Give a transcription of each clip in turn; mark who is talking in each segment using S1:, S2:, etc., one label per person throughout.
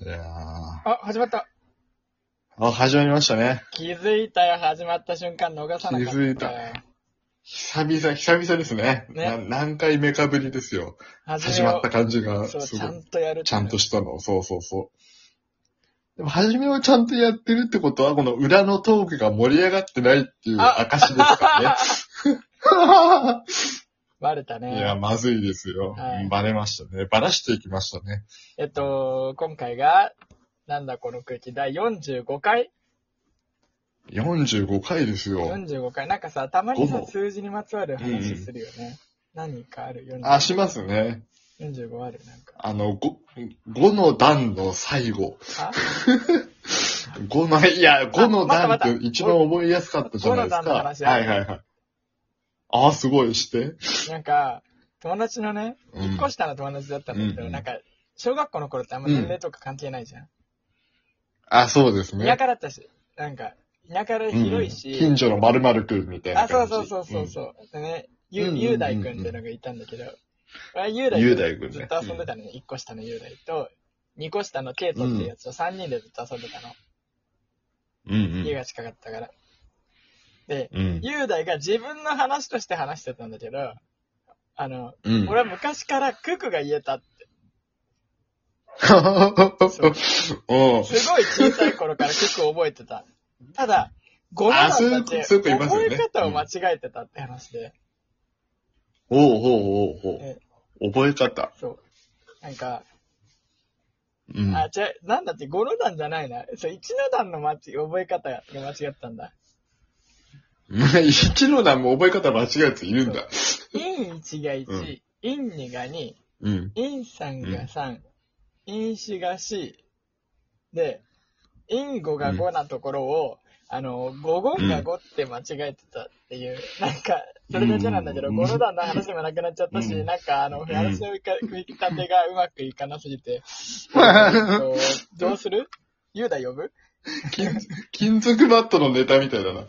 S1: いやー
S2: あ、始まった。
S1: あ、始まりましたね。
S2: 気づいたよ、始まった瞬間逃さなかった。
S1: 気づいた久々、久々ですね。
S2: ね
S1: な何回目かぶりですよ。
S2: 始
S1: 始
S2: め
S1: ま
S2: を
S1: った感じが、す
S2: そう、ちゃ
S1: ごい。
S2: んとやるっていう。
S1: ちゃんとしたの。そうそうそう。でも、初めをちゃんとやってるってことは、この裏のトークが盛り上がってないっていう
S2: あ
S1: 証ですから
S2: バレた
S1: ね。いや、
S2: ね。
S1: まずいですよ
S2: はい。
S1: バレましたね。バラしていきましたね。
S2: えっと、今回が、なんだこの空気、第45回
S1: 45回ですよ。
S2: ?45 回。なんかさ、たまに
S1: ど
S2: さ、
S1: の
S2: 数字にまつわる
S1: う
S2: 話
S1: ん
S2: するよね。何かある
S1: あ、
S2: 45
S1: しますね。
S2: 45あるなんか。
S1: あの、5、5の段の最後。
S2: あ
S1: 5の、いや、5の段
S2: ま
S1: ったて
S2: また
S1: 一番覚えやすかったじゃないです
S2: 五の段の
S1: か。
S2: 話あ
S1: は
S2: る
S1: いはいはい。ああ、すごい、して。
S2: なんか、友達のね、
S1: うん
S2: 1個下の友達だったんだ
S1: う
S2: け
S1: んう
S2: ど、
S1: ん
S2: なんか、小学校の頃ってあんま年齢とか関係ないじゃん。
S1: あそうです
S2: 田
S1: ね。
S2: 舎だったし、なんか、田舎で
S1: うん
S2: 広いし、
S1: 近所の〇〇くんみたいな
S2: あ、そ
S1: 感
S2: う
S1: じ。
S2: そうそうそうそう、でね、ゆ
S1: うんうんうんうん
S2: 雄大くんってのがいたんだけど、俺は雄
S1: 雄
S2: 大
S1: 大
S2: く
S1: く
S2: ん
S1: ん
S2: ず
S1: ね
S2: っと遊んでたのね、1個下の雄大と、2個下のケイトっていうやつと3人でずっと遊んでたの。
S1: うん。うん
S2: 家が近かったから。で、
S1: うん。うん。
S2: 雄大が自分の話として話してたんだけど、あの、
S1: うん。
S2: 俺は昔からククが言えたって、
S1: おう
S2: すごい小さい頃からククを覚えてた。ただ、語
S1: あそう
S2: 呂
S1: いうん
S2: なだって
S1: そういう子います
S2: 覚
S1: よね
S2: え方を間違えてたって話で、
S1: おうおうおう
S2: え
S1: おう覚え方。
S2: そう。なんか、
S1: うん。
S2: あ、違う、なんだって、五の段じゃないな。そう、一の段の間違覚え方が間違ったんだ。
S1: 一の段も覚え方間違うやついるんだ。
S2: 陰1が1、
S1: うん
S2: 陰2が2、
S1: うん。
S2: 陰3が3、陰4が4、で、陰5が5なところを、あの、五言が5って間違えてたっていう、なんか、それだけなんだけど、
S1: うん
S2: 五の段の話でもなくなっちゃったし、
S1: うん
S2: なんか、あの、話の組み立てがうまくいかなすぎ て、えっとどうする雄大呼ぶ
S1: 金金属バットのネタみたいだ な。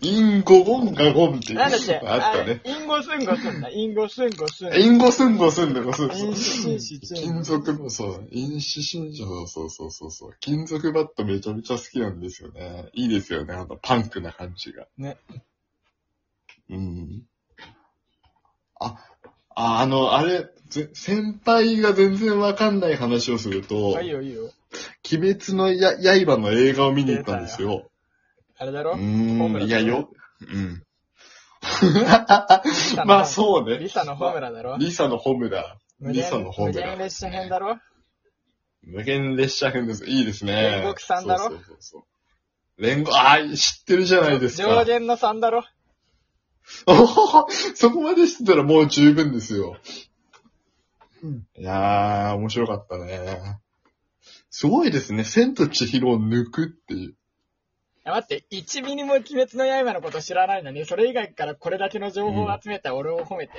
S1: インゴゴンガゴンっていう
S2: なんだっけ
S1: あったね。
S2: あインゴスンゴスンだ。インゴスンゴスン。
S1: インゴスンゴスンでゴスン
S2: インシシチン
S1: 金属もそう、因子信条、そうそうそうそう。金属バットめちゃめちゃ好きなんですよね。いいですよね、あのパンクな感じが。
S2: ね。
S1: うん。あ、ああの、あれ、ぜ先輩が全然わかんない話をすると、
S2: あいいよいいよ。
S1: 鬼滅のや刃の映画を見に行ったんですよ。
S2: あれだろ
S1: うーん、いやよ、うん。
S2: リサの
S1: まあそうね
S2: リサのホムラだろ
S1: リサのホムラ、
S2: 無
S1: リ
S2: 限
S1: サのホム
S2: 無
S1: ラ。
S2: 限列車編だろ
S1: 無限列車編です。いいですね。
S2: 煉獄さんだろ
S1: そうそうそうそう煉獄、ああ、知ってるじゃないです
S2: 上
S1: か。
S2: 限の3だろ
S1: おほほ そこまで知ってたらもう十分ですよ。いやー、面白かったね。すごいですね。千と千尋を抜くっていう。
S2: いや待って、1ミリも鬼滅の刃のこと知らないのに、それ以外からこれだけの情報を集めた俺を褒めて。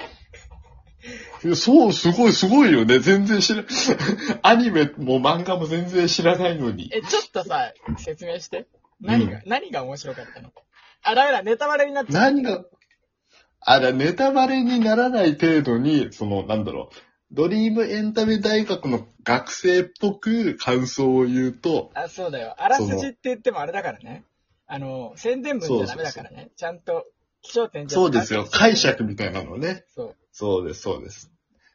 S1: いや、そう、すごい、すごいよね。全然知ら、 アニメも漫画も全然知らないのに。
S2: え、ちょっとさ、説明して。何が、何が面白かったのあ、ダメだ、ネタバレになっちゃう。
S1: 何が、あら、ネタバレにならない程度に、その、なんだろう、ドリームエンタメ大学の学生っぽく感想を言うと、
S2: あ、そうだよ。あらすじって言ってもあれだからね。あの、宣伝文じゃダメだからね。ちゃんと、気象点じゃ
S1: そうですよ、解
S2: 釈
S1: 釈みたいなのね。
S2: そう。
S1: そうです、そうです。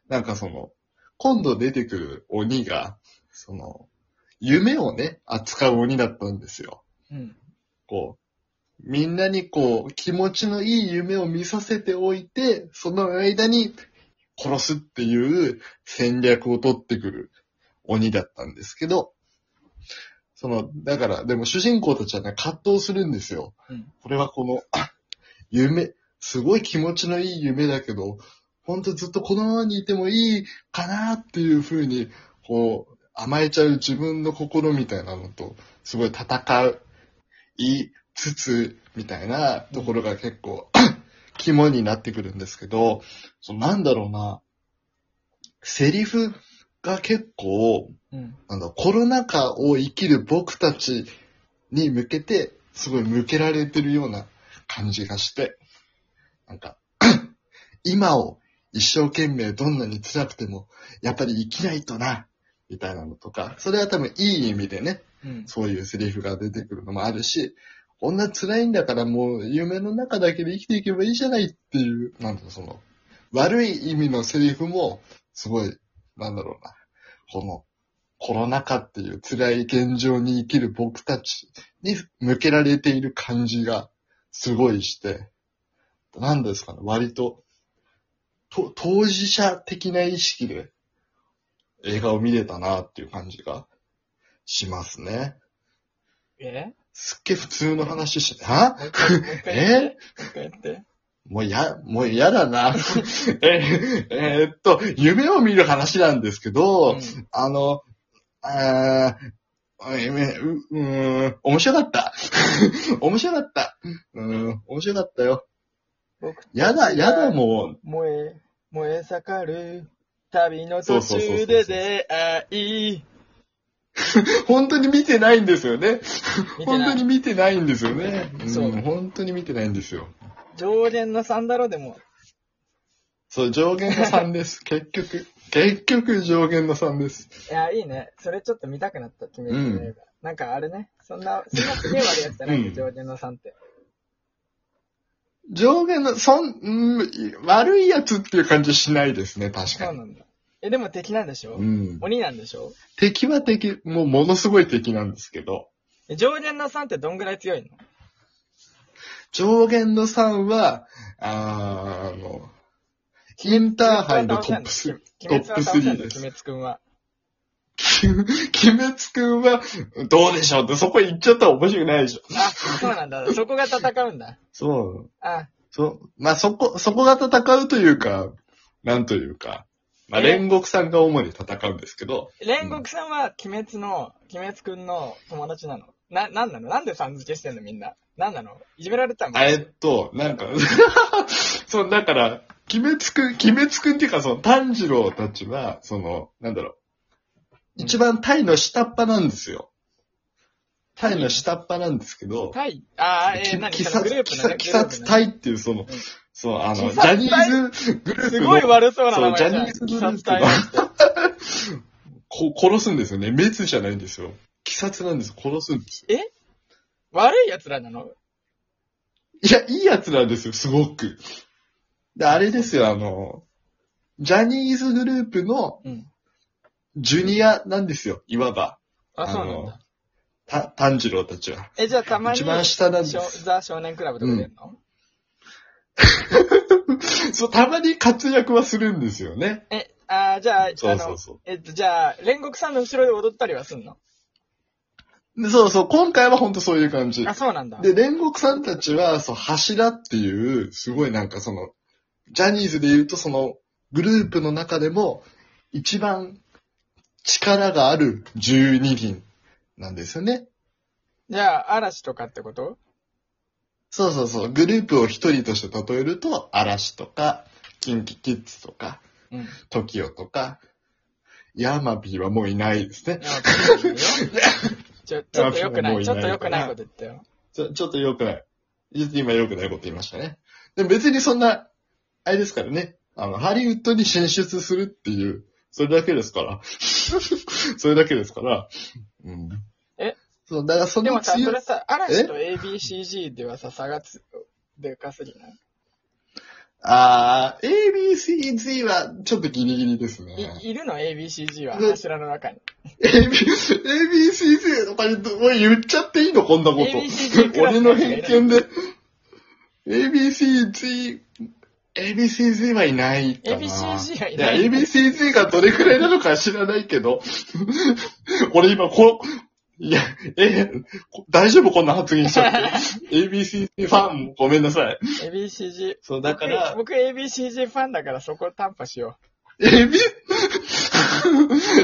S1: なんかその、今度出てくる鬼が、その、夢をね、扱う鬼だったんですよ。
S2: うん。
S1: こう、みんなにこう、気持ちのいい夢を見させておいて、その間に殺すっていう戦略を取ってくる鬼だったんですけど、その、だから、でも主人公たちはね、葛藤するんですよ。
S2: うん
S1: これはこの、 あ夢、すごい気持ちのいい夢だけど、ほんとずっとこのままにいてもいいかなっていう風に、こう、甘えちゃう自分の心みたいなのと、すごい戦ういつつ、みたいなところが結構、肝になってくるんですけど、そのなんだろうな、セリフが結構、
S2: うん。
S1: なんだろうコロナ禍を生きる僕たちに向けて、すごい向けられてるような感じがして、なんか、 今を一生懸命どんなに辛くても、やっぱり生きないとな、みたいなのとか、それは多分いい意味でね、
S2: うん。
S1: そういうセリフが出てくるのもあるし、こんな辛いんだからもう夢の中だけで生きていけばいいじゃないっていう、なんだろう、その、悪い意味のセリフも、すごい、なんだろうな、この、コロナ禍っていう辛い現状に生きる僕たちに向けられている感じが、すごいして、なんですかね、割と、と当事者的な意識で映画を見れたなっていう感じがしますね。
S2: え
S1: すっげえ普通の話して、は
S2: もう一回もう一回言って。もう一回言って。
S1: もうや、もう嫌だな。 え、えーっと、夢を見る話なんですけど、
S2: うん
S1: あの、あーあ夢う、うーん、面白かった。 面白かった。うん、面白かったよ。
S2: 僕
S1: やだ、やだ、も
S2: 燃え、燃え盛る。旅の
S1: そ
S2: 途
S1: うそうそうそうそ
S2: 中
S1: う
S2: で出会い。
S1: う。本当に見てないんですよね。
S2: 見て
S1: 本
S2: な
S1: 当に
S2: い。
S1: 見てないんですよね。
S2: そう
S1: うん、本当に見てないんですよ。
S2: 上限の3だろでも。
S1: そう、上限の3です。 結局、結局上限の3です。
S2: いや、いいね。それちょっと見たくなった、君の
S1: うん
S2: 映画。なんかあれね。そんな、そんなすげえ悪いやつじゃないんだよ、上限の3って。
S1: 上限の、そん、うん、悪いやつっていう感じはしないですね、確
S2: そ
S1: か
S2: う
S1: に。
S2: なんだ。え、でも敵なんでしょ
S1: うん。
S2: 鬼なんでしょ
S1: 敵は敵、もうものすごい敵なんですけど、
S2: え上限の3ってどんぐらい強いの
S1: 上限の3は、あーあの、インターハイのトップス、
S2: 鬼滅は倒せんの
S1: トップ3です
S2: 鬼滅くんは。
S1: 鬼滅くんは、どうでしょうって、そこ行っちゃったら面白くないでしょ。
S2: あ、そうなんだ。そこが戦うんだ。
S1: そう。
S2: あ、
S1: そう。まあ、そこ、そこが戦うというか、なんというか、まあ、煉獄さんが主に戦うんですけど、
S2: 煉獄さんは鬼滅の、鬼滅くんの友達なのな、なんなのなんでさん付けしてんのみんな。なんなのいじめられたの
S1: あえっと、なんか、 そう、だから、鬼滅くん、鬼滅くんっていうか、その、炭治郎たちは、その、なんだろう、一番タイの下っ端なんですよ。タイの下っ端なんですけど、
S2: タイあー、えー、何
S1: 鬼
S2: その
S1: 殺、
S2: グルー
S1: 鬼
S2: プの
S1: 殺鬼
S2: ねグループ
S1: 殺
S2: のね
S1: 隊っていう、その、
S2: ん
S1: そう、あの、
S2: 鬼
S1: ジャニ
S2: 殺隊
S1: ーズグループ
S2: す
S1: の
S2: ごい悪そうな名前じゃん
S1: そうジャニーズグループの
S2: 鬼殺隊なんて
S1: こ殺すんですよね。滅じゃないんですよ。鬼殺なんです。殺すんですよ。
S2: 悪い奴らなの
S1: いや、いいやつなんですよ、すごく。で、あれですよ、あの、ジャニーズグループの
S2: うん。
S1: ジュニアなんですよ、いわば。
S2: あ、そうな
S1: あ
S2: ん
S1: の
S2: だ。
S1: た、炭治郎たちは。
S2: え、じゃあたまに、
S1: 一番下なんで
S2: しょ
S1: す。
S2: ザ少年クラブとか出るの、
S1: そう、たまに活躍はするんですよね。
S2: え、あーじゃあ、
S1: そうそうそう
S2: あの、えっと、じゃあ、煉獄さんの後ろで踊ったりはすんの
S1: でそうそう、今回は本当そういう感じ
S2: あ、。そうなんだ。
S1: で、煉獄さんたちは、そう、柱っていう、すごいなんかその、ジャニーズで言うとその、グループの中でも、一番力がある12人なんですよね。
S2: じゃあ、嵐とかってこと
S1: そうそうそう。グループを一人として例えると、嵐とか、キンキキッズとか、
S2: うん。
S1: トキオとか、ヤマビーはもういないですね。
S2: いやいいよちょ、ちょっと良くない
S1: いや
S2: ちょっと良くないこと言ったよ。
S1: ちょ、ちょっと良くない。ちょっと今良くないこと言いましたね。でも別にそんな、あれですからね。あの、ハリウッドに進出するっていう、それだけですから。 それだけですから。うん。
S2: え
S1: そう、だからそ
S2: で
S1: の
S2: もさ、
S1: 強
S2: そ
S1: い
S2: れさ、嵐と ABCG ではさ、差がつ、でかすぎない
S1: あー、ABCG はちょっとギリギリですね。
S2: いいるの ?ABCG は
S1: うん
S2: 柱の中に。
S1: ABCC とかに、おい、言っちゃっていいのこんなこと
S2: ABC ク。ラス
S1: 俺の
S2: のやつがい
S1: 偏
S2: る
S1: 見で。ABCG、ABCG はいないかな。
S2: ABCG はいない
S1: や、ABCG がどれくらいなのか知らないけど。俺今、こう、いや、え、こ大丈夫こんな発言しちゃって。ABCG ファンもごめんなさい。
S2: ABCG。
S1: そう、だから、
S2: 僕、僕 ABCG ファンだからそこ担保しよ
S1: AB、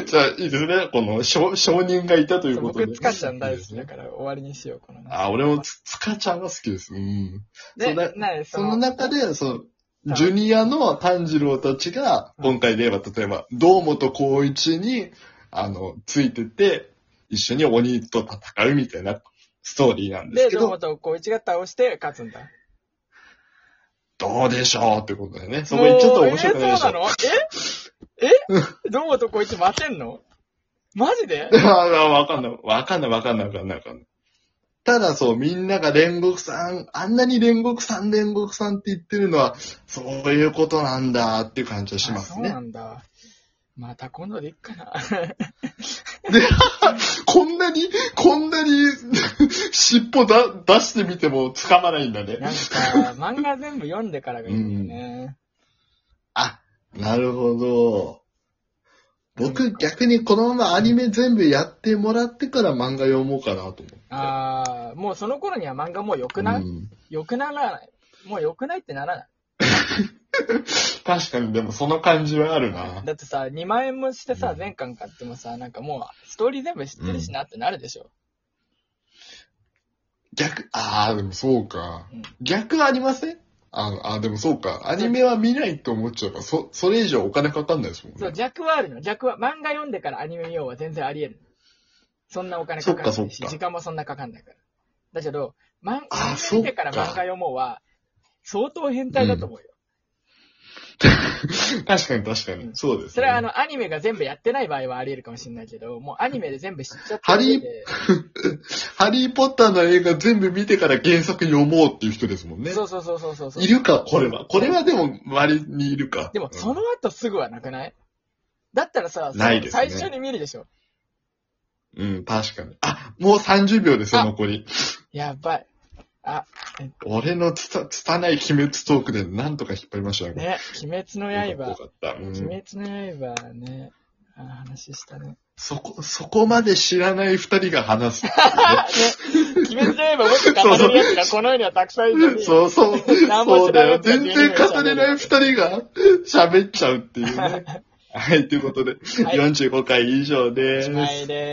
S1: じゃあ、いいですね。この、証証人がいたと
S2: う。
S1: いう
S2: そう
S1: ことで。
S2: 僕、つかちゃん大好き
S1: ね
S2: だから終わりにしよう、この話。
S1: あ、俺もつ、つかちゃんが好きです。うん。そ
S2: で、
S1: うだ
S2: なに、そ
S1: その
S2: の、
S1: 中で、そ
S2: は
S1: の、
S2: い
S1: ジュニアの炭治郎たちが、
S2: うん
S1: 今回で言えば、例えば、堂本光一に、あの、ついてって、一緒に鬼と戦うみたいなストーリーなんです
S2: で、
S1: け
S2: 堂
S1: ど、
S2: 本光一が倒して勝つんだ。
S1: どうでしょうってことだよね。そこにちょっと面白くないでし
S2: もう
S1: ょ。
S2: えーそうなのええ堂本光一待てんのマジで
S1: ああ、わかんない。わかんない、わかんない、わかんない、わかんない。ただそう、みんなが煉獄さん、あんなに煉獄さん、煉獄さんって言ってるのは、そういうことなんだっていう感じはします
S2: あそう
S1: ね
S2: な。んだ。また今度でいっかな。
S1: こんなに、こんなに、 尻尾だ出してみても掴まないんだね。
S2: なんか、漫画全部読んでからがいいんだよね。
S1: あ、なるほど。僕、逆にこのままアニメ全部やってもらってから漫画読もうかなと思って。
S2: ああ、もうその頃には漫画もう良くない、
S1: うん
S2: 良くならない。もう良くないってならない。
S1: 確かに、でもその感じはあるな。
S2: だってさ、2万円もしてさ
S1: う、ん
S2: 全巻買ってもさ、なんかもう、ストーリー全部知ってるしなってなるでしょ。
S1: 逆、ああ、でもそうか
S2: うん。
S1: 逆ありませんあのあー、でもそうか。アニメは見ないと思っちゃうから、そ、それ以上お金かかんないですもん
S2: そう、
S1: ね。
S2: 弱はあるの。弱は、漫画読んでからアニメ見ようは全然あり得る。そんなお金かかん
S1: そ
S2: な
S1: っ
S2: い
S1: か
S2: し、
S1: そっか
S2: 時間もそんなかかんないから。だけど、漫
S1: あ
S2: 画
S1: そっ
S2: 見
S1: か
S2: てから漫画読もうは、相当変態だと思うよ。
S1: 確かに確か
S2: う
S1: に
S2: ん。
S1: そうです、ね。
S2: それはあ、の、アニメが全部やってない場合はあり得るかもしれないけど、もうアニメで全部知っちゃって
S1: ハリー
S2: るんで、
S1: ハリーポッターの映画全部見てから原作読もうっていう人ですもんね。
S2: そうそうそうそうそうそう。
S1: いるか、これは。これはでも、割にいるか。
S2: でも、その後すぐはなくないだったらさ、
S1: ないですね
S2: 最初に見るでしょ。
S1: うん、うん、確かに。あ、もう30秒ですよ、
S2: あ
S1: 残り。
S2: やばい。あ、
S1: 俺のつた、つたない鬼滅トークでなんとか引っ張りましたよ。
S2: ね、鬼滅の
S1: よか
S2: 刃
S1: っ。たよかった。うん
S2: 鬼滅の刃ね、あ話したね。
S1: そこ、そこまで知らない二人が話 すって
S2: あ、ね、鬼滅の刃もっと語れるやつがこの世にはたくさんい
S1: いう
S2: るの
S1: ね。
S2: に、
S1: そうそう。
S2: 何も
S1: そ
S2: 知
S1: う
S2: ら
S1: だ
S2: な
S1: よ。
S2: いやつ
S1: 全
S2: が
S1: 然語れない二人が喋っちゃうっていうね。はい、ということで、
S2: はい
S1: 45回以上です。
S2: おしまいです。